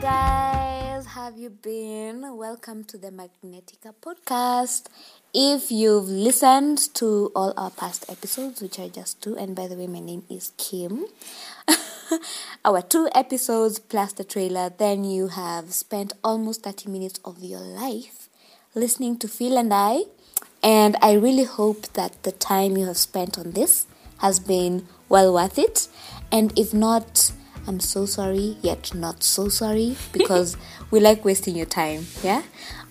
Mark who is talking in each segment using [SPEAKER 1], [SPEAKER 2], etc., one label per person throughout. [SPEAKER 1] guys, have you been? Welcome to the Magnetica podcast. If you've listened to all our past episodes, which are just two, and by the way, my name is Kim, our two episodes plus the trailer, then you have spent almost 30 minutes of your life listening to Phil and I. And I really hope that the time you have spent on this has been well worth it. And if not, I'm so sorry, yet not so sorry, because we like wasting your time, yeah?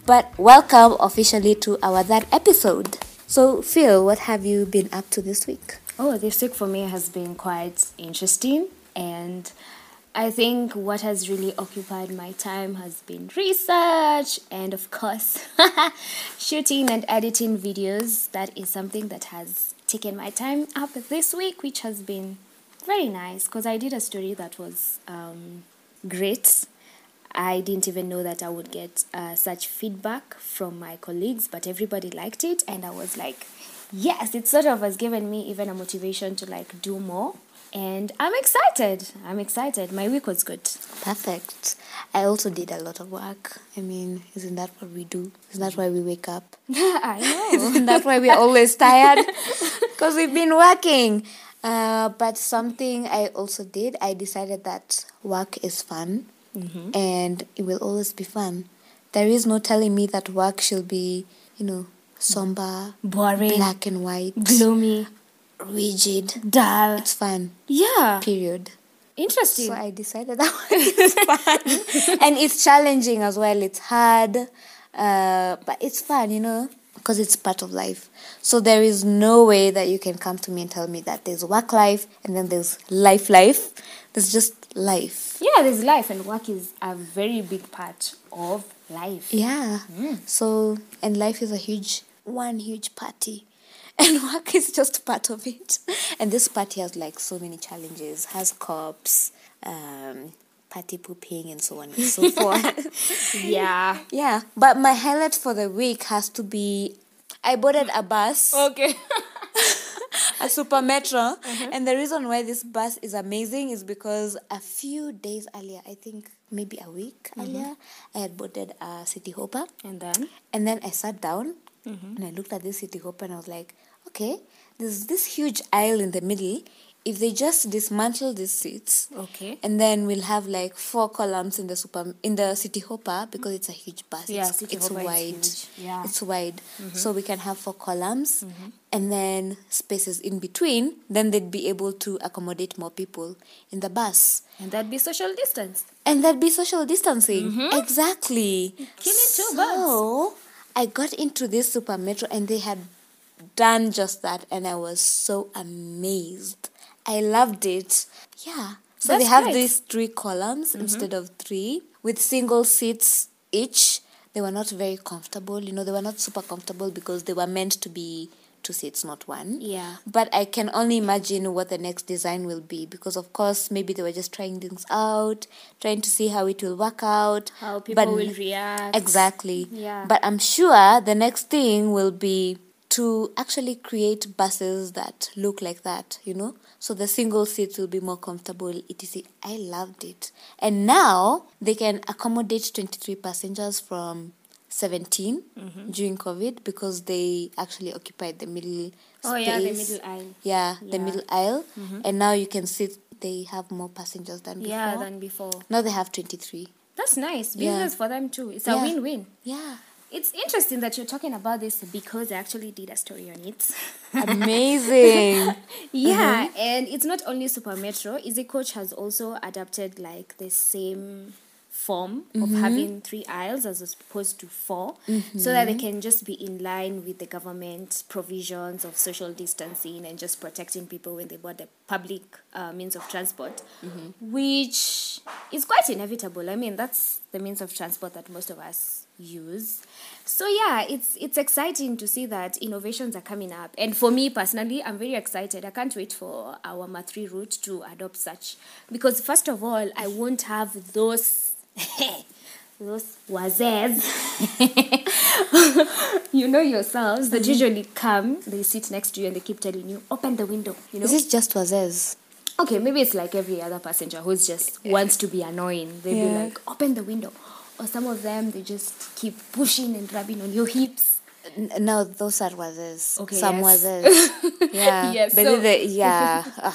[SPEAKER 1] But welcome officially to our third episode. So, Phil, what have you been up to this week?
[SPEAKER 2] Oh, this week for me has been quite interesting, and I think what has really occupied my time has been research and, of course, shooting and editing videos. That is something that has taken my time up this week, which has been very nice because I did a story that was um, great. I didn't even know that I would get uh, such feedback from my colleagues, but everybody liked it, and I was like, yes, it sort of has given me even a motivation to like do more. And I'm excited. I'm excited. My week was good.
[SPEAKER 1] Perfect. I also did a lot of work. I mean, isn't that what we do? Isn't that why we wake up?
[SPEAKER 2] I know.
[SPEAKER 1] Isn't that why we're always tired? Because we've been working. Uh, but something I also did, I decided that work is fun
[SPEAKER 2] Mm-hmm.
[SPEAKER 1] and it will always be fun. There is no telling me that work should be, you know, somber,
[SPEAKER 2] Boring,
[SPEAKER 1] black and white,
[SPEAKER 2] gloomy,
[SPEAKER 1] rigid.
[SPEAKER 2] dull.
[SPEAKER 1] It's fun,
[SPEAKER 2] Yeah.
[SPEAKER 1] period.
[SPEAKER 2] Interesting.
[SPEAKER 1] So I decided that one is fun. and it's challenging as well. It's hard, uh, but it's fun, you know, because it's part of life. So there is no way that you can come to me and tell me that there's work life and then there's life life. There's just life.
[SPEAKER 2] yeah, there's life, and work is a very big part of life.
[SPEAKER 1] Yeah. So, and life is a huge, one huge party. And work is just part of it. And this party has like so many challenges, has cops, um, party pooping, and so on and so forth.
[SPEAKER 2] Yeah.
[SPEAKER 1] Yeah, but my highlight for the week has to be I boarded a bus,
[SPEAKER 2] Okay.
[SPEAKER 1] a super metro, and the reason why this bus is amazing is because a few days earlier, I think maybe a week earlier, I had boarded a city hopper,
[SPEAKER 2] and then?
[SPEAKER 1] and then I sat down
[SPEAKER 2] Mm-hmm.
[SPEAKER 1] and I looked at this city hopper and I was like, okay, there's this huge aisle in the middle. If they just dismantle these seats,
[SPEAKER 2] Okay.
[SPEAKER 1] and then we'll have like four columns in the super in the city hopper because it's a huge bus.
[SPEAKER 2] Yeah,
[SPEAKER 1] it's,
[SPEAKER 2] City
[SPEAKER 1] it's
[SPEAKER 2] Hopper is
[SPEAKER 1] wide.
[SPEAKER 2] huge. Yeah. Mm-hmm.
[SPEAKER 1] It's wide. So we can have four columns and then spaces in between. Then they'd be able to accommodate more people in the bus.
[SPEAKER 2] And that'd be social distance.
[SPEAKER 1] And there'd be social distancing. Exactly.
[SPEAKER 2] Killing Mm-hmm. two birds.
[SPEAKER 1] so, I got into this super metro and they had done just that and I was so amazed. I loved it. Yeah. So
[SPEAKER 2] That's
[SPEAKER 1] they have
[SPEAKER 2] great.
[SPEAKER 1] these three columns
[SPEAKER 2] Mm-hmm.
[SPEAKER 1] instead of three with single seats each. They were not very comfortable. You know, they were not super comfortable because they were meant to be two seats, not one.
[SPEAKER 2] Yeah.
[SPEAKER 1] But I can only imagine what the next design will be because, of course, maybe they were just trying things out, trying to see how it will work out.
[SPEAKER 2] How people
[SPEAKER 1] But-
[SPEAKER 2] will react.
[SPEAKER 1] Exactly.
[SPEAKER 2] Yeah.
[SPEAKER 1] But I'm sure the next thing will be to actually create buses that look like that, you know? So the single seats will be more comfortable, etc. I loved it. And now they can accommodate 23 passengers from 17
[SPEAKER 2] Mm-hmm.
[SPEAKER 1] during COVID because they actually occupied the middle
[SPEAKER 2] Oh,
[SPEAKER 1] space.
[SPEAKER 2] yeah, the middle aisle.
[SPEAKER 1] Yeah, the
[SPEAKER 2] Yeah. Mm-hmm.
[SPEAKER 1] middle aisle. And now you can sit, they have more passengers than before.
[SPEAKER 2] Yeah, than before.
[SPEAKER 1] now they have 23.
[SPEAKER 2] That's nice.
[SPEAKER 1] Yeah.
[SPEAKER 2] Business for them too. It's
[SPEAKER 1] Yeah.
[SPEAKER 2] a win win.
[SPEAKER 1] Yeah.
[SPEAKER 2] It's interesting that you're talking about this because I actually did a story on it.
[SPEAKER 1] Amazing.
[SPEAKER 2] yeah, and it's not only Super Metro. Easy Coach has also adapted like the same form of having three aisles as opposed to 4 so that they can just be in line with the government provisions of social distancing and just protecting people when they board the public uh, means of transport, which is quite inevitable. I mean, that's the means of transport that most of us use. So yeah, it's it's exciting to see that innovations are coming up. And for me personally, I'm very excited. I can't wait for our Matri route to adopt such because first of all, I won't have those those wazes. you know yourselves that usually come, they sit next to you and they keep telling you, open the window, you know.
[SPEAKER 1] This is just Wazes.
[SPEAKER 2] okay, maybe it's like every other passenger who's just wants to be annoying. They'd be
[SPEAKER 1] Yeah.
[SPEAKER 2] like, open the window. Or some of them, they just keep pushing and rubbing on your hips.
[SPEAKER 1] N- No, those are others.
[SPEAKER 2] Okay,
[SPEAKER 1] Some
[SPEAKER 2] yes.
[SPEAKER 1] others. Yeah.
[SPEAKER 2] Yes,
[SPEAKER 1] But
[SPEAKER 2] so-
[SPEAKER 1] they- yeah. Ugh,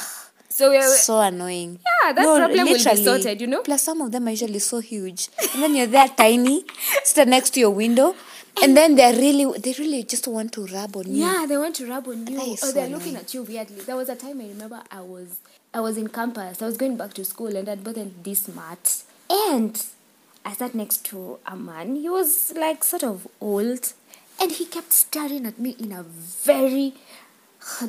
[SPEAKER 2] So we're,
[SPEAKER 1] so annoying.
[SPEAKER 2] Yeah, that problem will be
[SPEAKER 1] literally.
[SPEAKER 2] sorted, you know?
[SPEAKER 1] Plus, some of them are usually so huge, and then you're there tiny, sit next to your window, and then they're really, they really just want to rub on you.
[SPEAKER 2] yeah, they want to rub on you.
[SPEAKER 1] That
[SPEAKER 2] Or
[SPEAKER 1] is so
[SPEAKER 2] they're looking
[SPEAKER 1] annoying.
[SPEAKER 2] at you weirdly. There was a time I remember I was I was in campus. I was going back to school and I'd gotten this mat. And I sat next to a man. He was like sort of old. And he kept staring at me in a very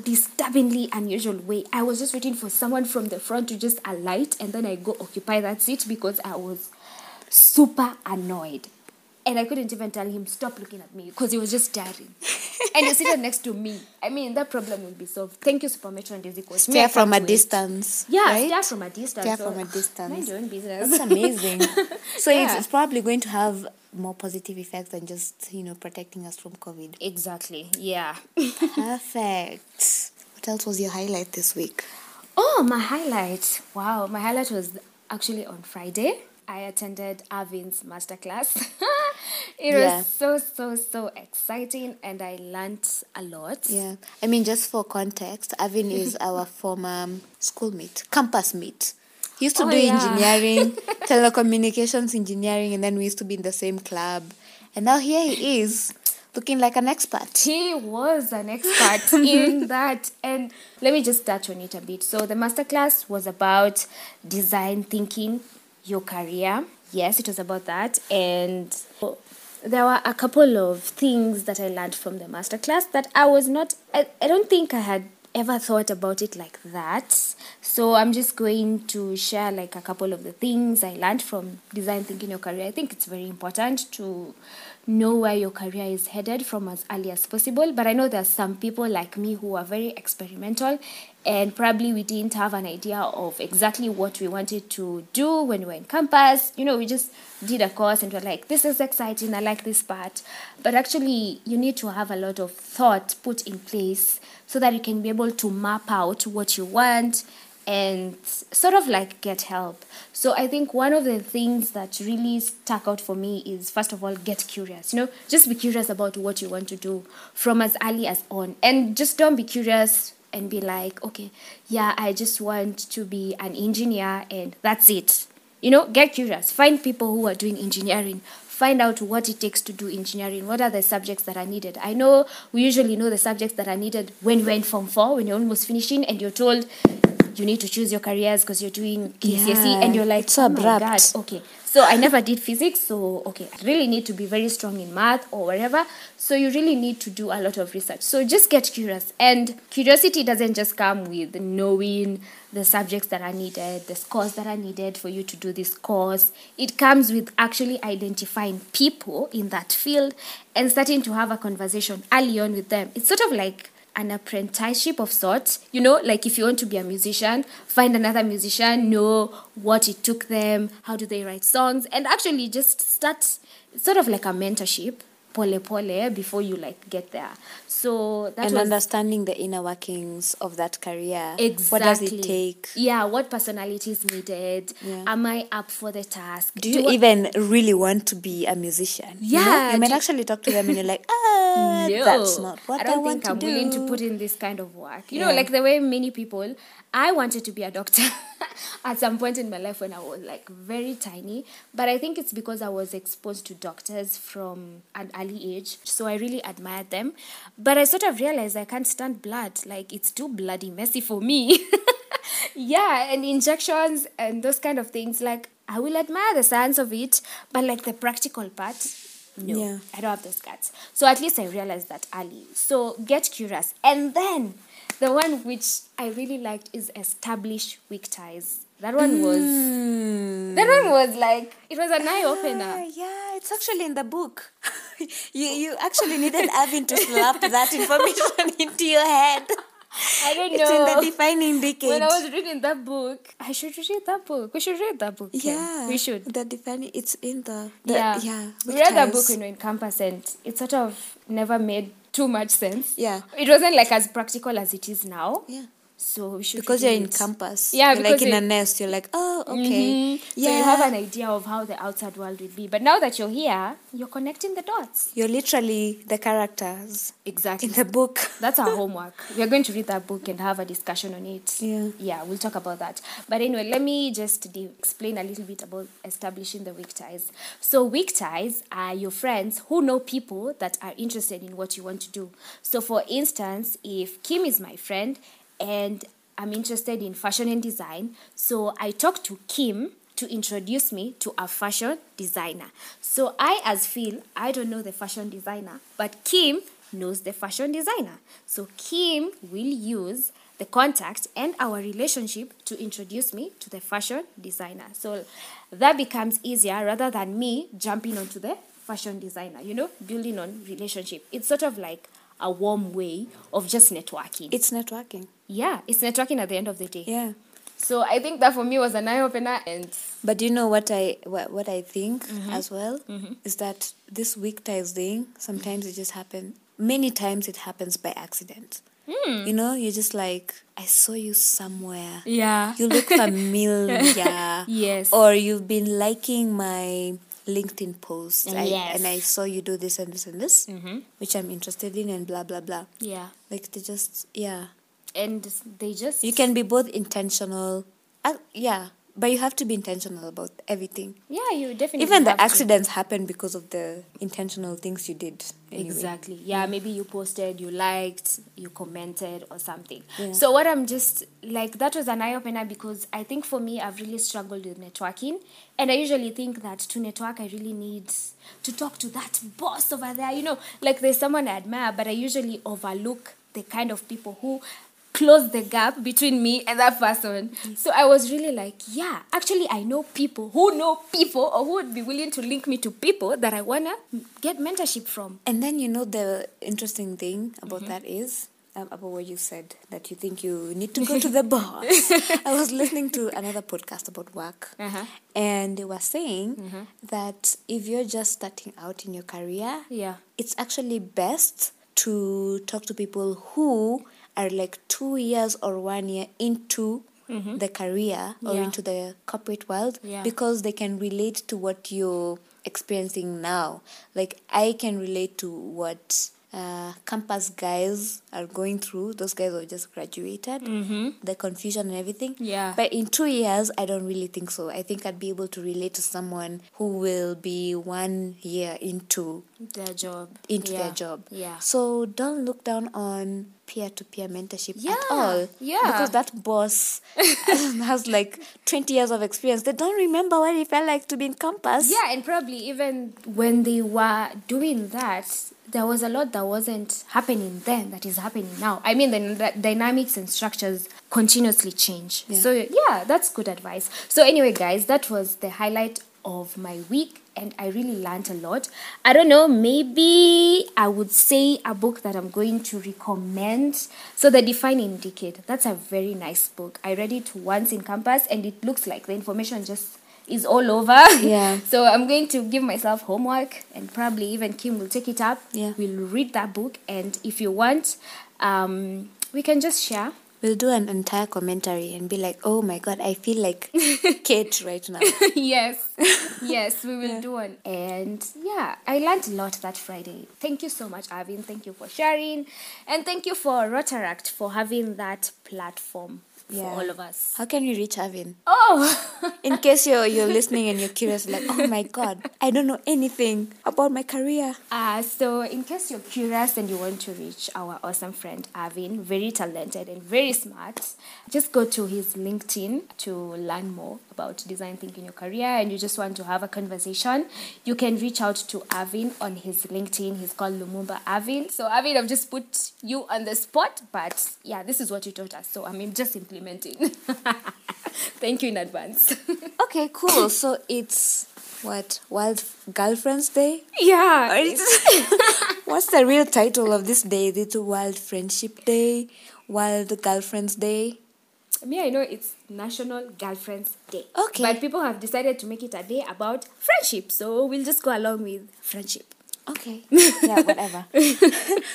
[SPEAKER 2] disturbingly unusual way. I was just waiting for someone from the front to just alight and then I go occupy that seat because I was super annoyed. And I couldn't even tell him, stop looking at me, because he was just staring. and he's sitting next to me. I mean, that problem will be solved. Thank you, Super Metro and Daisy Coach. Me, I
[SPEAKER 1] Stare from a
[SPEAKER 2] can't wait.
[SPEAKER 1] distance.
[SPEAKER 2] Yeah,
[SPEAKER 1] right?
[SPEAKER 2] stare from a distance.
[SPEAKER 1] Stare
[SPEAKER 2] So,
[SPEAKER 1] from a distance.
[SPEAKER 2] Mind your own business.
[SPEAKER 1] That's amazing. so it's,
[SPEAKER 2] Yeah.
[SPEAKER 1] it's probably going to have more positive effects than just you know protecting us from COVID.
[SPEAKER 2] Exactly, yeah.
[SPEAKER 1] Uh-huh. Perfect. What else was your highlight this week?
[SPEAKER 2] Oh, my highlight. Wow, my highlight was actually on Friday. I attended Arvin's masterclass. it
[SPEAKER 1] Yeah.
[SPEAKER 2] was so, so, so exciting, and I learnt a lot.
[SPEAKER 1] Yeah, I mean, just for context, Avin is our former schoolmate, campus mate. He used to
[SPEAKER 2] Oh,
[SPEAKER 1] do
[SPEAKER 2] yeah.
[SPEAKER 1] engineering, telecommunications engineering, and then we used to be in the same club. And now here he is, looking like an expert.
[SPEAKER 2] He was an expert in that. And let me just touch on it a bit. So, the masterclass was about design thinking, your career. Yes, it was about that. And there were a couple of things that I learned from the masterclass that I was not, I, I don't think I had ever thought about it like that. So, I'm just going to share like a couple of the things I learned from design thinking your career. I think it's very important to know where your career is headed from as early as possible. But I know there are some people like me who are very experimental and probably we didn't have an idea of exactly what we wanted to do when we were in campus. You know, we just did a course and we're like, this is exciting, I like this part. But actually, you need to have a lot of thought put in place so that you can be able to map out what you want and sort of like get help. So I think one of the things that really stuck out for me is first of all get curious. You know, just be curious about what you want to do from as early as on and just don't be curious and be like, okay, yeah, I just want to be an engineer and that's it. You know, get curious. Find people who are doing engineering. Find out what it takes to do engineering. What are the subjects that are needed? I know we usually know the subjects that are needed when you're in Form 4, when you're almost finishing, and you're told you need to choose your careers because you're doing KCSE,
[SPEAKER 1] Yeah,
[SPEAKER 2] and you're like,
[SPEAKER 1] it's so
[SPEAKER 2] oh my God,
[SPEAKER 1] abrupt.
[SPEAKER 2] okay. So I never did physics, so okay, I really need to be very strong in math or whatever. So you really need to do a lot of research. So just get curious. And curiosity doesn't just come with knowing the subjects that are needed, the scores that are needed for you to do this course. It comes with actually identifying people in that field and starting to have a conversation early on with them. It's sort of like an apprenticeship of sorts. You know, like if you want to be a musician, find another musician, know what it took them, how do they write songs, and actually just start it's sort of like a mentorship, pole pole, before you like get there. So that
[SPEAKER 1] and
[SPEAKER 2] was
[SPEAKER 1] understanding the inner workings of that career.
[SPEAKER 2] exactly
[SPEAKER 1] What does it take?
[SPEAKER 2] Yeah, what personality is needed?
[SPEAKER 1] Yeah.
[SPEAKER 2] Am I up for the task?
[SPEAKER 1] Do you
[SPEAKER 2] I-
[SPEAKER 1] even really want to be a musician? You know,
[SPEAKER 2] Yeah,
[SPEAKER 1] You might
[SPEAKER 2] do-
[SPEAKER 1] actually talk to them and you're like, ah,
[SPEAKER 2] no,
[SPEAKER 1] that's not what
[SPEAKER 2] I
[SPEAKER 1] I,
[SPEAKER 2] don't
[SPEAKER 1] want
[SPEAKER 2] think I'm
[SPEAKER 1] to do.
[SPEAKER 2] willing to put in this kind of work. You know,
[SPEAKER 1] Yeah.
[SPEAKER 2] like the way many people, I wanted to be a doctor at some point in my life when I was like very tiny, but I think it's because I was exposed to doctors from an early age, so I really admired them. But I sort of realized I can't stand blood, like, it's too bloody messy for me. yeah, and injections and those kind of things, like, I will admire the science of it, but like the practical part, no,
[SPEAKER 1] Yeah.
[SPEAKER 2] I don't have those guts. So at least I realized that early. So get curious. And then the one which I really liked is establish weak ties. That one was
[SPEAKER 1] Hmm. Mm.
[SPEAKER 2] that one was like it was an eye
[SPEAKER 1] Ah,
[SPEAKER 2] opener.
[SPEAKER 1] yeah, it's actually in the book. you you actually needed Avin to slap that information into your head.
[SPEAKER 2] I don't
[SPEAKER 1] Ah. It's in
[SPEAKER 2] know.
[SPEAKER 1] the defining decade.
[SPEAKER 2] when I was reading that book, I should read that book. We should read that book. Ken.
[SPEAKER 1] yeah,
[SPEAKER 2] we should.
[SPEAKER 1] The defining. It's in the, the
[SPEAKER 2] Yeah,
[SPEAKER 1] yeah.
[SPEAKER 2] We read that
[SPEAKER 1] Victor's.
[SPEAKER 2] book when we were in campus, and it sort of never made too much sense.
[SPEAKER 1] Yeah.
[SPEAKER 2] it wasn't like as practical as it is now.
[SPEAKER 1] Yeah.
[SPEAKER 2] So we should
[SPEAKER 1] because you're
[SPEAKER 2] read
[SPEAKER 1] in
[SPEAKER 2] it.
[SPEAKER 1] campus.
[SPEAKER 2] Yeah,
[SPEAKER 1] you're like
[SPEAKER 2] because
[SPEAKER 1] in a
[SPEAKER 2] it-
[SPEAKER 1] nest. You're like, oh, okay,
[SPEAKER 2] Mhm.
[SPEAKER 1] yeah.
[SPEAKER 2] So you have an idea of how the outside world will be. But now that you're here, you're connecting the dots.
[SPEAKER 1] you're literally the characters
[SPEAKER 2] Exactly.
[SPEAKER 1] in the book.
[SPEAKER 2] That's our homework. We're going to read that book and have a discussion on it.
[SPEAKER 1] Yeah.
[SPEAKER 2] Yeah, we'll talk about that. But anyway, let me just de- explain a little bit about establishing the weak ties. So, weak ties are your friends who know people that are interested in what you want to do. So, for instance, if Kim is my friend and I'm interested in fashion and design, so I talk to Kim to introduce me to a fashion designer. So I, as Phil, I don't know the fashion designer, but Kim knows the fashion designer. So Kim will use the contact and our relationship to introduce me to the fashion designer. So that becomes easier rather than me jumping onto the fashion designer, you know, building on relationship. It's sort of like a warm way of just networking.
[SPEAKER 1] It's networking.
[SPEAKER 2] yeah, it's networking at the end of the day.
[SPEAKER 1] Yeah.
[SPEAKER 2] So I think that for me was an eye opener and
[SPEAKER 1] But you know what I what, what I think
[SPEAKER 2] Mm-hmm.
[SPEAKER 1] as well is that this weak ties thing sometimes it just happens. Many times it happens by accident. You know, you're just like, I saw you somewhere.
[SPEAKER 2] Hmm. Yeah.
[SPEAKER 1] You look familiar.
[SPEAKER 2] Yes.
[SPEAKER 1] Or you've been liking my LinkedIn post. I-
[SPEAKER 2] Yes. Mm-hmm.
[SPEAKER 1] And I saw you do this and this and this, which I'm interested in, and blah, blah, blah.
[SPEAKER 2] yeah.
[SPEAKER 1] Like, they just, yeah.
[SPEAKER 2] And they just
[SPEAKER 1] You can be both intentional. Uh, yeah. But you have to be intentional about everything.
[SPEAKER 2] Yeah, you definitely
[SPEAKER 1] Even the
[SPEAKER 2] have to.
[SPEAKER 1] accidents happen because of the intentional things you did. anyway.
[SPEAKER 2] Exactly. Yeah, maybe you posted, you liked, you commented or something.
[SPEAKER 1] Yeah.
[SPEAKER 2] So what I'm just like that was an eye opener because I think for me I've really struggled with networking and I usually think that to network I really need to talk to that boss over there, you know, like there's someone I admire but I usually overlook the kind of people who close the gap between me and that person. So I was really like, yeah, actually, I know people who know people or who would be willing to link me to people that I wanna get mentorship from.
[SPEAKER 1] And then you know the interesting thing about
[SPEAKER 2] Mm-hmm.
[SPEAKER 1] that is um, about what you said that you think you need to go to the boss. I was listening to another podcast about work,
[SPEAKER 2] Uh-huh. Mm-hmm.
[SPEAKER 1] and they were saying that if you're just starting out in your career,
[SPEAKER 2] Yeah.
[SPEAKER 1] it's actually best to talk to people who are like two years or one year into the career or
[SPEAKER 2] Mm-hmm. Yeah.
[SPEAKER 1] into the corporate world
[SPEAKER 2] Yeah.
[SPEAKER 1] because they can relate to what you're experiencing now. Like I can relate to what uh, campus guys are going through. Those guys who just graduated, mm-hmm. the confusion and everything.
[SPEAKER 2] Yeah.
[SPEAKER 1] But in two years, I don't really think so. I think I'd be able to relate to someone who will be one year into
[SPEAKER 2] Their job.
[SPEAKER 1] into
[SPEAKER 2] Yeah.
[SPEAKER 1] their job.
[SPEAKER 2] Yeah.
[SPEAKER 1] So don't look down on peer to peer mentorship
[SPEAKER 2] Yeah,
[SPEAKER 1] at all.
[SPEAKER 2] yeah.
[SPEAKER 1] Because that boss has like twenty years of experience. They don't remember what it felt like to be in campus.
[SPEAKER 2] Yeah, and probably even when they were doing that, there was a lot that wasn't happening then that is happening now. I mean, the, the dynamics and structures continuously change.
[SPEAKER 1] Yeah.
[SPEAKER 2] So, yeah, that's good advice. So, anyway, guys, that was the highlight of my week, and I really learned a lot. I don't know, maybe I would say a book that I'm going to recommend. So, The Defining Decade, that's a very nice book. I read it once in campus, and it looks like the information just is all over.
[SPEAKER 1] Yeah.
[SPEAKER 2] So I'm going to give myself homework, and probably even Kim will take it up.
[SPEAKER 1] Yeah.
[SPEAKER 2] We'll read that book, and if you want, um, we can just share.
[SPEAKER 1] We'll do an entire commentary and be like, Oh my god, I feel like Kate right now.
[SPEAKER 2] yes, yes, we will do one. And yeah, I learned a lot that Friday. Thank you so much, Arvin. Thank you for sharing, and thank you for Rotaract for having that platform for
[SPEAKER 1] Yeah.
[SPEAKER 2] all of us.
[SPEAKER 1] How can we reach Avin?
[SPEAKER 2] Oh.
[SPEAKER 1] In case you're you're listening and you're curious, like, oh my god, I don't know anything about my career.
[SPEAKER 2] Uh, so, in case you're curious and you want to reach our awesome friend Arvin, very talented and very smart, just go to his LinkedIn to learn more about design thinking in your career and you just want to have a conversation, you can reach out to Arvin on his LinkedIn. He's called Lumumba Arvin. So, Arvin, I've just put you on the spot, but yeah, this is what you taught us. So, I mean, just implementing. Thank you in advance.
[SPEAKER 1] Okay, cool. So it's what, Wild Girlfriends Day?
[SPEAKER 2] yeah.
[SPEAKER 1] What's the real title of this day? Is it Wild Friendship Day? Wild Girlfriends Day?
[SPEAKER 2] Me, I know it's National Girlfriends Day.
[SPEAKER 1] Okay.
[SPEAKER 2] But people have decided to make it a day about friendship. So we'll just go along with friendship.
[SPEAKER 1] Okay. Yeah, whatever.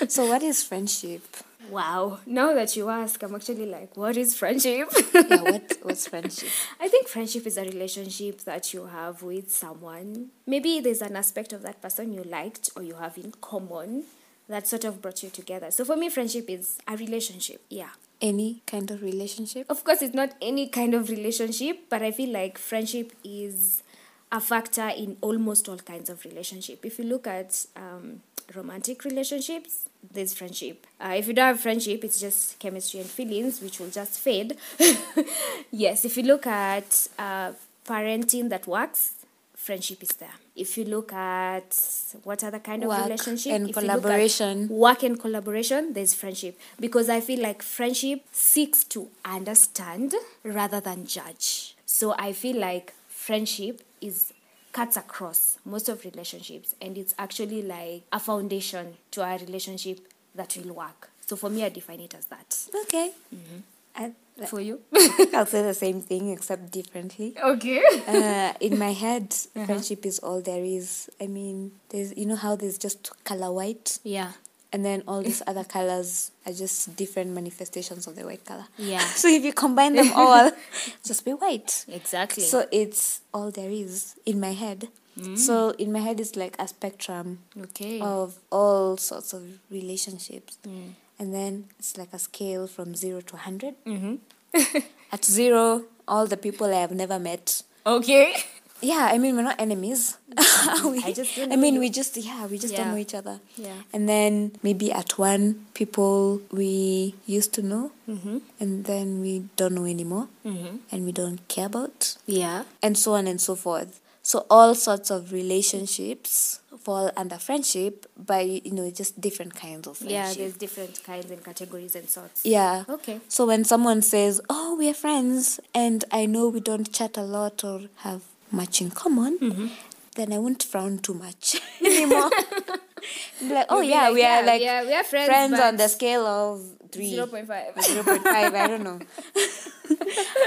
[SPEAKER 1] so, what is friendship?
[SPEAKER 2] Wow. Now that you ask, I'm actually like, what is friendship?
[SPEAKER 1] yeah, what, what's friendship?
[SPEAKER 2] I think friendship is a relationship that you have with someone. Maybe there's an aspect of that person you liked or you have in common that sort of brought you together. So for me, friendship is a relationship. Yeah.
[SPEAKER 1] Any kind of relationship?
[SPEAKER 2] Of course, it's not any kind of relationship, but I feel like friendship is a factor in almost all kinds of relationship. If you look at um, romantic relationships, there's friendship. Uh, if you don't have friendship, it's just chemistry and feelings, which will just fade. yes, if you look at uh, parenting that works, friendship is there. If you look at what other kind of
[SPEAKER 1] Work
[SPEAKER 2] relationship
[SPEAKER 1] and
[SPEAKER 2] if you look at
[SPEAKER 1] collaboration.
[SPEAKER 2] work and collaboration, there's friendship because I feel like friendship seeks to understand rather than judge. So I feel like friendship is cuts across most of relationships and it's actually like a foundation to our relationship that will work. So for me, I define it as that.
[SPEAKER 1] Okay. I,
[SPEAKER 2] For you?
[SPEAKER 1] Mm-hmm. I'll say the same thing except differently.
[SPEAKER 2] Okay.
[SPEAKER 1] uh, in my head, friendship is all there is. I mean, there's you know how there's just color white,
[SPEAKER 2] Yeah.
[SPEAKER 1] and then all these other colors are just different manifestations of the white color.
[SPEAKER 2] Yeah.
[SPEAKER 1] so if you combine them all, just be white.
[SPEAKER 2] Exactly.
[SPEAKER 1] So it's all there is in my head. So in my head, it's like a spectrum
[SPEAKER 2] okay.
[SPEAKER 1] of all sorts of relationships. And then it's like a scale from zero to 100. Mm-hmm. At zero, all the people I have never met.
[SPEAKER 2] Okay.
[SPEAKER 1] Yeah, I mean, we're not enemies. we,
[SPEAKER 2] I just don't
[SPEAKER 1] I
[SPEAKER 2] know
[SPEAKER 1] mean,
[SPEAKER 2] you.
[SPEAKER 1] we just, yeah, we just don't
[SPEAKER 2] Yeah.
[SPEAKER 1] know each other.
[SPEAKER 2] Yeah.
[SPEAKER 1] And then maybe at one, people we used to know, mm-hmm. and then we don't know anymore, mm-hmm. and we don't care about
[SPEAKER 2] Yeah.
[SPEAKER 1] and so on and so forth. So all sorts of relationships fall under friendship, but you know, just different kinds of
[SPEAKER 2] Yeah,
[SPEAKER 1] friendship.
[SPEAKER 2] there's different kinds and categories and sorts.
[SPEAKER 1] Yeah.
[SPEAKER 2] Okay.
[SPEAKER 1] So when someone says, "Oh, we are friends," and I know we don't chat a lot or have much in common,
[SPEAKER 2] Mm-hmm.
[SPEAKER 1] then I won't frown too much anymore. Be like, oh
[SPEAKER 2] You'll be
[SPEAKER 1] yeah, we are like
[SPEAKER 2] like, "Yeah, we are- we are friends,
[SPEAKER 1] on
[SPEAKER 2] but
[SPEAKER 1] the scale of three.
[SPEAKER 2] 0.5.
[SPEAKER 1] 0.5 i don't know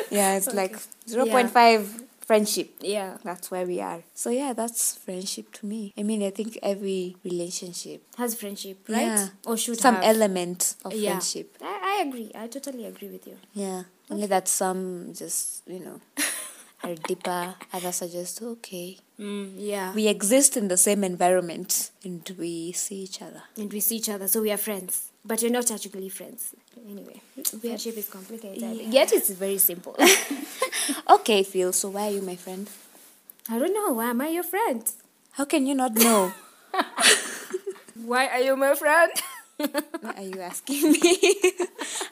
[SPEAKER 1] yeah it's like 0.5 friendship
[SPEAKER 2] Yeah.
[SPEAKER 1] that's where we are so yeah that's friendship to me i mean i think every relationship
[SPEAKER 2] Has friendship, right?
[SPEAKER 1] yeah,
[SPEAKER 2] Or should
[SPEAKER 1] some
[SPEAKER 2] have.
[SPEAKER 1] element of
[SPEAKER 2] Yeah.
[SPEAKER 1] friendship
[SPEAKER 2] I, I agree. I totally agree with you.
[SPEAKER 1] yeah only that some just you know are deeper others are just okay
[SPEAKER 2] Mm, yeah.
[SPEAKER 1] we exist in the same environment and we see each other
[SPEAKER 2] and we see each other, so we are friends. But we're not actually friends. Anyway, friendship is complicated. Yet it's very simple.
[SPEAKER 1] okay phil so why are you my friend
[SPEAKER 2] I don't know. Why am I your friend?
[SPEAKER 1] how can you not know
[SPEAKER 2] Why are you my friend?
[SPEAKER 1] Why are you asking me?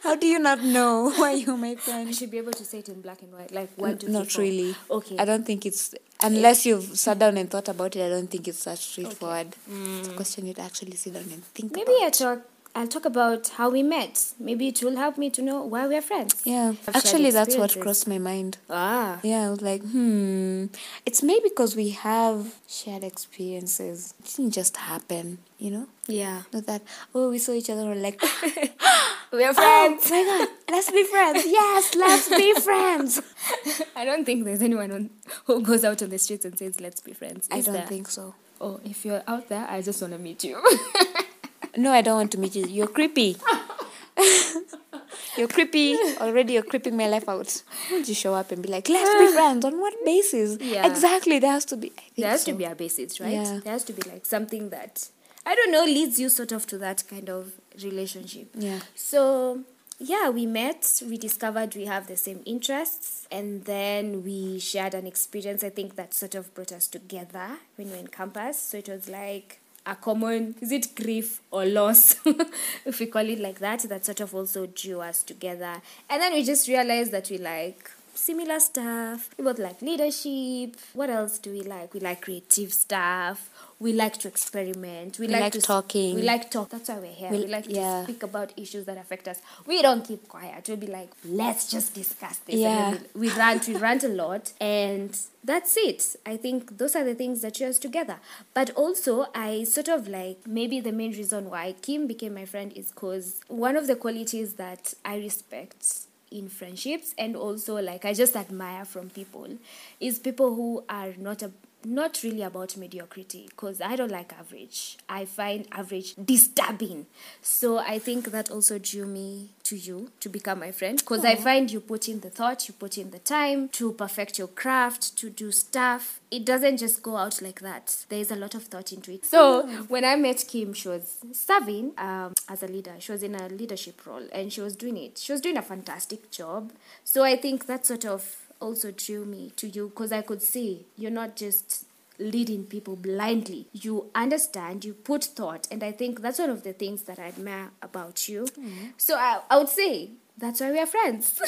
[SPEAKER 1] How do you not know why you're my
[SPEAKER 2] I
[SPEAKER 1] friend?
[SPEAKER 2] should be able to say it in black and white. Like, one, two, three,
[SPEAKER 1] Not
[SPEAKER 2] four.
[SPEAKER 1] really.
[SPEAKER 2] Okay.
[SPEAKER 1] I don't think it's unless you've sat down and thought about it. I don't think it's that straightforward. It's a question you'd actually sit down and think
[SPEAKER 2] Mm. Maybe
[SPEAKER 1] about.
[SPEAKER 2] I talk, I'll talk about how we met. Maybe it will help me to know why we are friends.
[SPEAKER 1] Yeah,
[SPEAKER 2] I've shared
[SPEAKER 1] actually, that's what
[SPEAKER 2] experiences.
[SPEAKER 1] crossed my mind.
[SPEAKER 2] Ah.
[SPEAKER 1] Yeah, I was like, hmm, it's maybe because we have shared experiences. It didn't just happen, you know.
[SPEAKER 2] Yeah.
[SPEAKER 1] Not that oh, we saw each other and we're like,
[SPEAKER 2] We are
[SPEAKER 1] oh
[SPEAKER 2] friends.
[SPEAKER 1] my god, let's be friends. Yes, let's be friends.
[SPEAKER 2] I don't think there's anyone on, who goes out on the streets and says, let's be friends.
[SPEAKER 1] I
[SPEAKER 2] Is
[SPEAKER 1] don't
[SPEAKER 2] there?
[SPEAKER 1] think so.
[SPEAKER 2] Oh, if you're out there, I just want to meet you.
[SPEAKER 1] No, I don't want to meet you. You're creepy. you're creepy. Already you're creeping my life out. Why don't you show up and be like, let's be friends? On what basis?
[SPEAKER 2] Yeah.
[SPEAKER 1] Exactly. There has to be. I think
[SPEAKER 2] there has
[SPEAKER 1] so.
[SPEAKER 2] to be a basis, right?
[SPEAKER 1] Yeah.
[SPEAKER 2] There has to be like something that, I don't know, leads you sort of to that kind of relationship.
[SPEAKER 1] Yeah.
[SPEAKER 2] So, yeah, we met, we discovered we have the same interests, and then we shared an experience I think that sort of brought us together when we were in campus. So it was like a common, is it grief or loss? if we call it like that, that sort of also drew us together. And then we just realized that we like similar stuff. We both like leadership. What else do we like? We like creative stuff. We like to experiment. We,
[SPEAKER 1] We like
[SPEAKER 2] to s-
[SPEAKER 1] talking.
[SPEAKER 2] We like talk. That's why we're here.
[SPEAKER 1] We-
[SPEAKER 2] We, like
[SPEAKER 1] yeah.
[SPEAKER 2] to speak about issues that affect us. We don't keep quiet. We'll be like, let's just discuss this. And
[SPEAKER 1] Yeah.
[SPEAKER 2] then We, we rant. We rant a lot, and that's it. I think those are the things that drew us together. But also, I sort of like maybe the main reason why Kim became my friend is because one of the qualities that I respect in friendships and also like I just admire from people is people who are not a not really about mediocrity because I don't like average. I find average disturbing. So I think that also drew me to you to become my friend because I find you put in the thought, you put in the time to perfect your craft, to do stuff. It doesn't just go out like that. There is a lot of thought into it. So when I met Kim, she was serving um, as a leader. She was in a leadership role and she was doing it. She was doing a fantastic job. So I think that sort of also drew me to you because I could see you're not just leading people blindly. You understand, you put thought, and I think that's one of the things that I admire about you. So I, I would say that's why we are friends.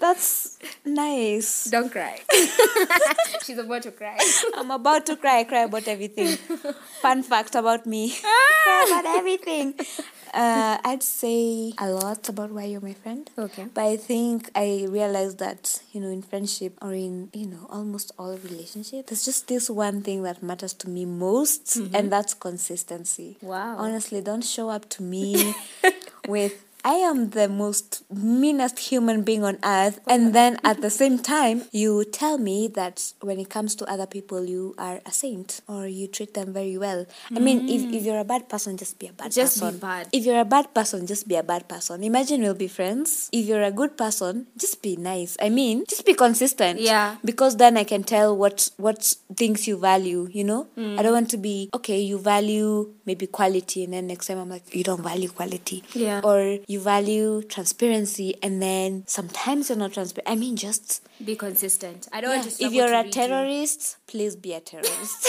[SPEAKER 1] That's nice.
[SPEAKER 2] Don't cry. She's about to cry.
[SPEAKER 1] I'm about to cry. Cry about everything. Fun fact about me.
[SPEAKER 2] Ah!
[SPEAKER 1] cry about everything. Uh, I'd say a lot about why you're my friend.
[SPEAKER 2] Okay.
[SPEAKER 1] But I think I realized that, you know, in friendship or in, you know, almost all relationships, there's just this one thing that matters to me most, and that's consistency.
[SPEAKER 2] Mm-hmm. Wow.
[SPEAKER 1] Honestly, don't show up to me with. I am the most meanest human being on earth, and then at the same time, you tell me that when it comes to other people, you are a saint or you treat them very well. I mean, if, if you're a bad person, just be a bad
[SPEAKER 2] Mm. Just be
[SPEAKER 1] person.
[SPEAKER 2] bad.
[SPEAKER 1] If you're a bad person, just be a bad person. Imagine we'll be friends. If you're a good person, just be nice. I mean, just be consistent.
[SPEAKER 2] Yeah.
[SPEAKER 1] Because then I can tell what what things you value, you know? I don't want to be okay, you value maybe quality and then next time I'm like, you don't value quality.
[SPEAKER 2] Yeah.
[SPEAKER 1] Or you value transparency and then sometimes you're not transparent. I mean just
[SPEAKER 2] Be consistent. I don't
[SPEAKER 1] yeah,
[SPEAKER 2] want to
[SPEAKER 1] if
[SPEAKER 2] struggle
[SPEAKER 1] you're
[SPEAKER 2] to
[SPEAKER 1] a
[SPEAKER 2] read you.
[SPEAKER 1] terrorist, please be a terrorist.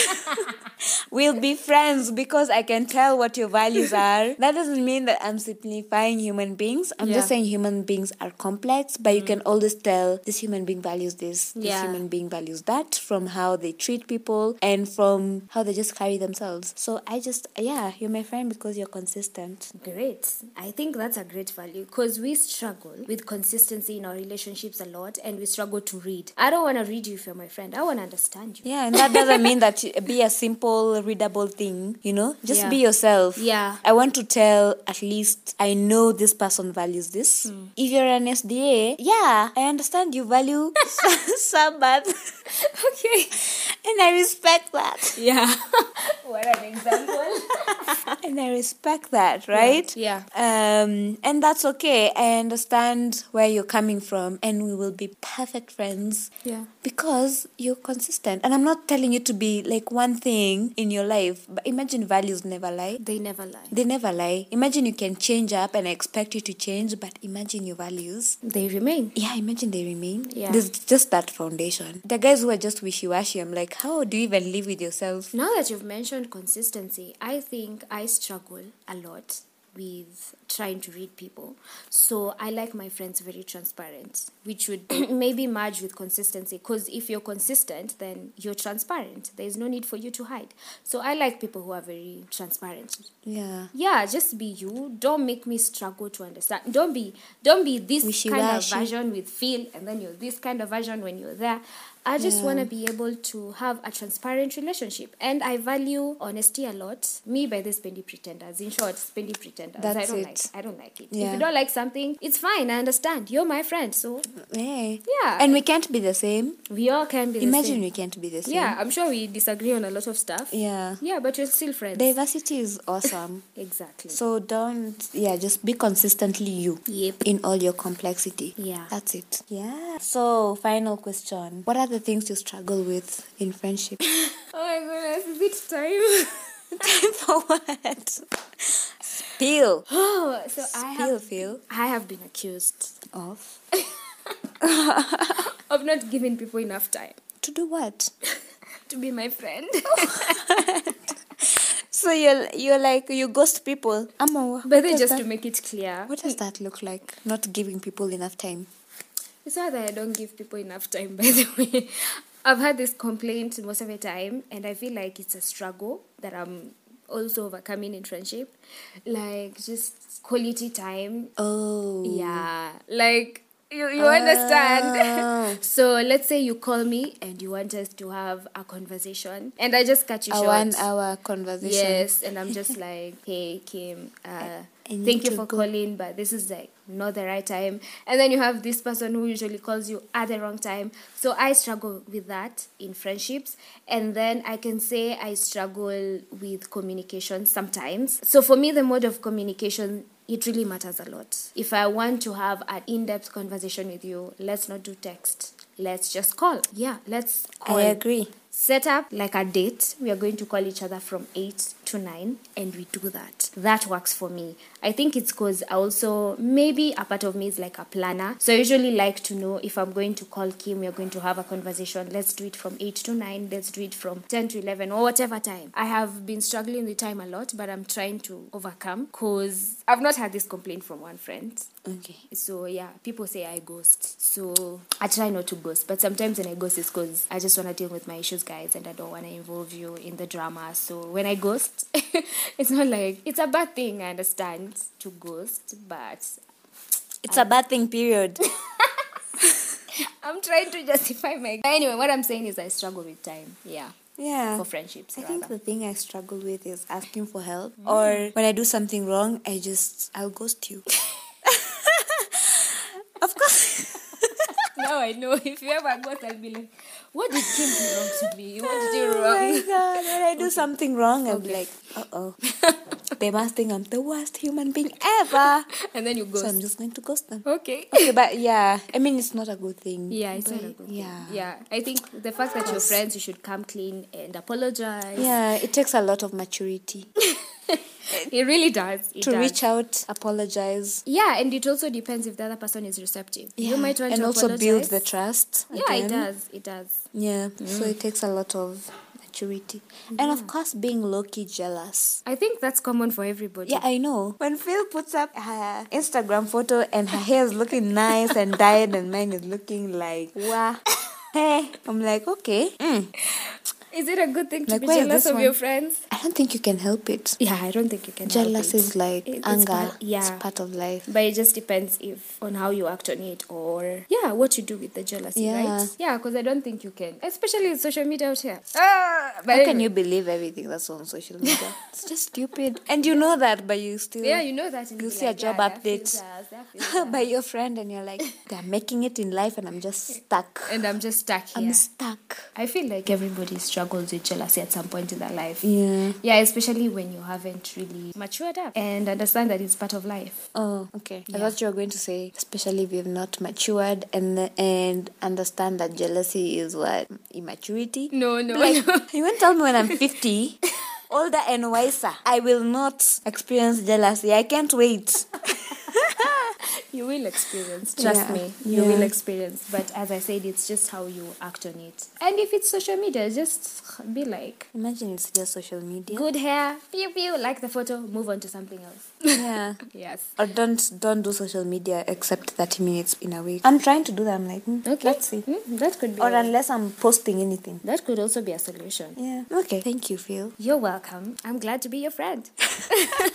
[SPEAKER 1] we'll be friends because I can tell what your values are. That doesn't mean that I'm simplifying human beings. I'm just
[SPEAKER 2] Yeah.
[SPEAKER 1] saying human beings are complex, but you can always tell this human being values this, this
[SPEAKER 2] Yeah.
[SPEAKER 1] human being values that from how they treat people and from how they just carry themselves. So I just, yeah, you're my friend because you're consistent.
[SPEAKER 2] Great. I think that's a great value because we struggle with consistency in our relationships a lot and we struggle to read. I don't want to read you if you're my friend. I want to understand you.
[SPEAKER 1] Yeah, and that doesn't mean that you, be a simple, readable thing, you know? Just
[SPEAKER 2] Yeah.
[SPEAKER 1] be yourself.
[SPEAKER 2] Yeah.
[SPEAKER 1] I want to tell at least I know this person values this.
[SPEAKER 2] Hmm.
[SPEAKER 1] If you're an SDA, yeah, I understand you value Sabbath. okay. And I respect that.
[SPEAKER 2] Yeah. what an example.
[SPEAKER 1] And I respect that, right?
[SPEAKER 2] Yeah.
[SPEAKER 1] Um, and that's okay. I understand where you're coming from, and we will be perfect friends.
[SPEAKER 2] Yeah.
[SPEAKER 1] Because you're consistent. And I'm not telling you to be like one thing in your life, but imagine values never lie.
[SPEAKER 2] They never lie.
[SPEAKER 1] They never lie. Imagine you can change up and I expect you to change, but imagine your values.
[SPEAKER 2] They remain.
[SPEAKER 1] Yeah, imagine they remain.
[SPEAKER 2] Yeah.
[SPEAKER 1] There's just that foundation. The guys who are just wishy washy, I'm like, how do you even live with yourself?
[SPEAKER 2] Now that you've mentioned consistency, I think I struggle a lot with trying to read people. So I like my friends very transparent, which would maybe merge with consistency because if you're consistent, then you're transparent. There's no need for you to hide. So I like people who are very transparent.
[SPEAKER 1] Yeah.
[SPEAKER 2] Yeah, just be you. Don't make me struggle to understand. Don't be don't be this kind of
[SPEAKER 1] Wishy-washy.
[SPEAKER 2] version with feel and then you're this kind of version when you're there. I just
[SPEAKER 1] Yeah.
[SPEAKER 2] want to be able to have a transparent relationship and I value honesty a lot. Me by the spendy pretenders. In short, spendy pretenders. I
[SPEAKER 1] That's
[SPEAKER 2] don't
[SPEAKER 1] it.
[SPEAKER 2] like I don't like it. If
[SPEAKER 1] Yeah.
[SPEAKER 2] you don't like something, it's fine. I understand. You're my friend, so
[SPEAKER 1] Hey.
[SPEAKER 2] Yeah.
[SPEAKER 1] Mm-hmm. Eh. And we can't be the same.
[SPEAKER 2] we all can be the
[SPEAKER 1] imagine
[SPEAKER 2] same.
[SPEAKER 1] we can't be the same.
[SPEAKER 2] Yeah, I'm sure we disagree on a lot of stuff.
[SPEAKER 1] Yeah.
[SPEAKER 2] Yeah, but we're still friends.
[SPEAKER 1] Diversity is awesome.
[SPEAKER 2] exactly.
[SPEAKER 1] So don't, yeah, just be consistently you.
[SPEAKER 2] Yep.
[SPEAKER 1] In all your complexity.
[SPEAKER 2] Yeah.
[SPEAKER 1] That's it. Yeah. So, final question What are the things you struggle with in friendship?
[SPEAKER 2] Oh my goodness, is it time?
[SPEAKER 1] Time for what? Spill.
[SPEAKER 2] Oh, so I
[SPEAKER 1] Spill,
[SPEAKER 2] have
[SPEAKER 1] Phil.
[SPEAKER 2] I have been accused
[SPEAKER 1] Off.
[SPEAKER 2] of not giving people enough time
[SPEAKER 1] To do what?
[SPEAKER 2] to be my friend.
[SPEAKER 1] So, you're, you're like, you ghost people. Amo. what
[SPEAKER 2] but then
[SPEAKER 1] does
[SPEAKER 2] just
[SPEAKER 1] that-
[SPEAKER 2] to make it clear,
[SPEAKER 1] What does that look like? Not giving people enough time.
[SPEAKER 2] it's not that I don't give people enough time. By the way, I've had this complaint most of the time, and I feel like it's a struggle that I'm also overcoming in friendship, like just quality time.
[SPEAKER 1] Oh.
[SPEAKER 2] Yeah, like. You, you understand?
[SPEAKER 1] Oh.
[SPEAKER 2] so let's say you call me and you want us to have a conversation, and I just cut you
[SPEAKER 1] A
[SPEAKER 2] short.
[SPEAKER 1] one hour conversation.
[SPEAKER 2] Yes, and I'm just like, hey Kim, uh,
[SPEAKER 1] I need
[SPEAKER 2] thank you
[SPEAKER 1] to
[SPEAKER 2] for
[SPEAKER 1] go."
[SPEAKER 2] calling, but this is like not the right time. And then you have this person who usually calls you at the wrong time. So I struggle with that in friendships. And then I can say I struggle with communication sometimes. So for me, the mode of communication. It really matters a lot. If I want to have an in depth conversation with you, let's not do text. Let's just call. Yeah, let's call
[SPEAKER 1] I agree.
[SPEAKER 2] set up like a date. We are going to call each other from 8 to 9, and we do that. That works for me. I think it's because I also, maybe a part of me is like a planner. So I usually like to know if I'm going to call Kim, we are going to have a conversation. Let's do it from 8 to 9, let's do it from 10 to 11, or whatever time. I have been struggling with time a lot, but I'm trying to overcome because I've not had this complaint from one friend.
[SPEAKER 1] Okay.
[SPEAKER 2] So yeah, people say I ghost. So I try not to ghost, but sometimes when I ghost, it's because I just wanna deal with my issues, guys, and I don't wanna involve you in the drama. So when I ghost, it's not like it's a bad thing. I understand to ghost, but
[SPEAKER 1] It's a bad thing, period.
[SPEAKER 2] I'm trying to justify my. Anyway, what I'm saying is I struggle with time. Yeah,
[SPEAKER 1] yeah.
[SPEAKER 2] for friendships.
[SPEAKER 1] I
[SPEAKER 2] rather. Mm.
[SPEAKER 1] think the thing I struggle with is asking for help, or when I do something wrong, I just I'll ghost you. of course,
[SPEAKER 2] now I know if you ever ghost, I'll be like, what did Kim do wrong to me? What did you do
[SPEAKER 1] oh my
[SPEAKER 2] wrong?
[SPEAKER 1] god, when I do something wrong, I'll be
[SPEAKER 2] Okay.
[SPEAKER 1] like, uh oh, they must think I'm the worst human being ever.
[SPEAKER 2] And then you
[SPEAKER 1] So
[SPEAKER 2] ghost.
[SPEAKER 1] I'm just going to ghost them.
[SPEAKER 2] Okay.
[SPEAKER 1] Okay, but yeah, I mean it's not a good thing.
[SPEAKER 2] Yeah, it's not a
[SPEAKER 1] but
[SPEAKER 2] good
[SPEAKER 1] yeah.
[SPEAKER 2] thing. Yeah, I think the fact that you're friends, you should come clean and apologize.
[SPEAKER 1] Yeah, it takes a lot of maturity
[SPEAKER 2] It really does. It
[SPEAKER 1] to
[SPEAKER 2] does.
[SPEAKER 1] reach out, apologize,
[SPEAKER 2] Yeah, and it also depends if the other person is receptive.
[SPEAKER 1] yeah,
[SPEAKER 2] You might want
[SPEAKER 1] and
[SPEAKER 2] to
[SPEAKER 1] also
[SPEAKER 2] apologize.
[SPEAKER 1] build the trust.
[SPEAKER 2] Yeah,
[SPEAKER 1] again.
[SPEAKER 2] it does. It does.
[SPEAKER 1] Yeah, so it takes a lot of maturity. And of course, being low key jealous.
[SPEAKER 2] I think that's common for everybody.
[SPEAKER 1] Yeah, I know. When Phil puts up her Instagram photo and her hair is looking nice and dyed, and mine is looking like, wow. Hey, I'm like, okay. Mm.
[SPEAKER 2] Is it a good thing to
[SPEAKER 1] Like,
[SPEAKER 2] be
[SPEAKER 1] why is
[SPEAKER 2] jealous
[SPEAKER 1] this
[SPEAKER 2] of your
[SPEAKER 1] one-
[SPEAKER 2] friends?
[SPEAKER 1] I don't think you can help it.
[SPEAKER 2] Yeah, I don't think you can. help
[SPEAKER 1] Jealous
[SPEAKER 2] it.
[SPEAKER 1] is like
[SPEAKER 2] It- it's
[SPEAKER 1] anger,
[SPEAKER 2] part- yeah.
[SPEAKER 1] it's part of life.
[SPEAKER 2] But it just depends if on how you act on it or yeah, what you do with the jealousy,
[SPEAKER 1] Yeah.
[SPEAKER 2] right? Yeah, because I don't think you can, especially in social media out here. Ah, but
[SPEAKER 1] How can
[SPEAKER 2] anyway.
[SPEAKER 1] you believe everything that's on social media? it's just stupid. And you know that, but you still.
[SPEAKER 2] Yeah, you know that. and
[SPEAKER 1] You
[SPEAKER 2] be
[SPEAKER 1] see a
[SPEAKER 2] like,
[SPEAKER 1] job
[SPEAKER 2] "Yeah, there are
[SPEAKER 1] update
[SPEAKER 2] filters, there are filters."
[SPEAKER 1] by your friend, and you're like, they're making it in life, and I'm just stuck.
[SPEAKER 2] and I'm just stuck here.
[SPEAKER 1] I'm stuck.
[SPEAKER 2] I feel like everybody struggles with jealousy at some point in their life.
[SPEAKER 1] Yeah.
[SPEAKER 2] Yeah, especially when you haven't really matured up and understand that it's part of life.
[SPEAKER 1] Oh, okay. I thought you were going to say, especially if you've not matured and and understand that jealousy is what immaturity.
[SPEAKER 2] No, no,
[SPEAKER 1] Like,
[SPEAKER 2] no.
[SPEAKER 1] you won't tell me when I'm fifty, older and wiser. I will not experience jealousy. I can't wait.
[SPEAKER 2] You will experience, trust
[SPEAKER 1] Yeah.
[SPEAKER 2] me. You
[SPEAKER 1] Yeah.
[SPEAKER 2] will experience. But as I said, it's just how you act on it. And if it's social media, just be like,
[SPEAKER 1] Imagine it's just social media.
[SPEAKER 2] good hair, pew pew, like the photo, move on to something else.
[SPEAKER 1] Yeah.
[SPEAKER 2] Yes.
[SPEAKER 1] Or don't don't do social media except thirty minutes in a week. I'm trying to do that. I'm like, mm,
[SPEAKER 2] Okay.
[SPEAKER 1] let's see.
[SPEAKER 2] Mm, that could be.
[SPEAKER 1] Or
[SPEAKER 2] a-
[SPEAKER 1] unless I'm posting anything.
[SPEAKER 2] that could also be a solution.
[SPEAKER 1] Yeah. Okay. Thank you, Phil.
[SPEAKER 2] You're welcome. I'm glad to be your friend.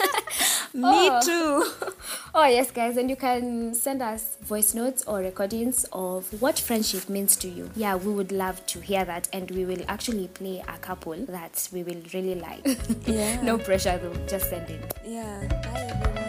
[SPEAKER 1] Me
[SPEAKER 2] Oh.
[SPEAKER 1] too.
[SPEAKER 2] Oh, yes, guys, and you can send us voice notes or recordings of what friendship means to you. Yeah, we would love to hear that, and we will actually play a couple that we will really like.
[SPEAKER 1] Yeah.
[SPEAKER 2] no pressure, though, just send it.
[SPEAKER 1] Yeah. Bye, everyone.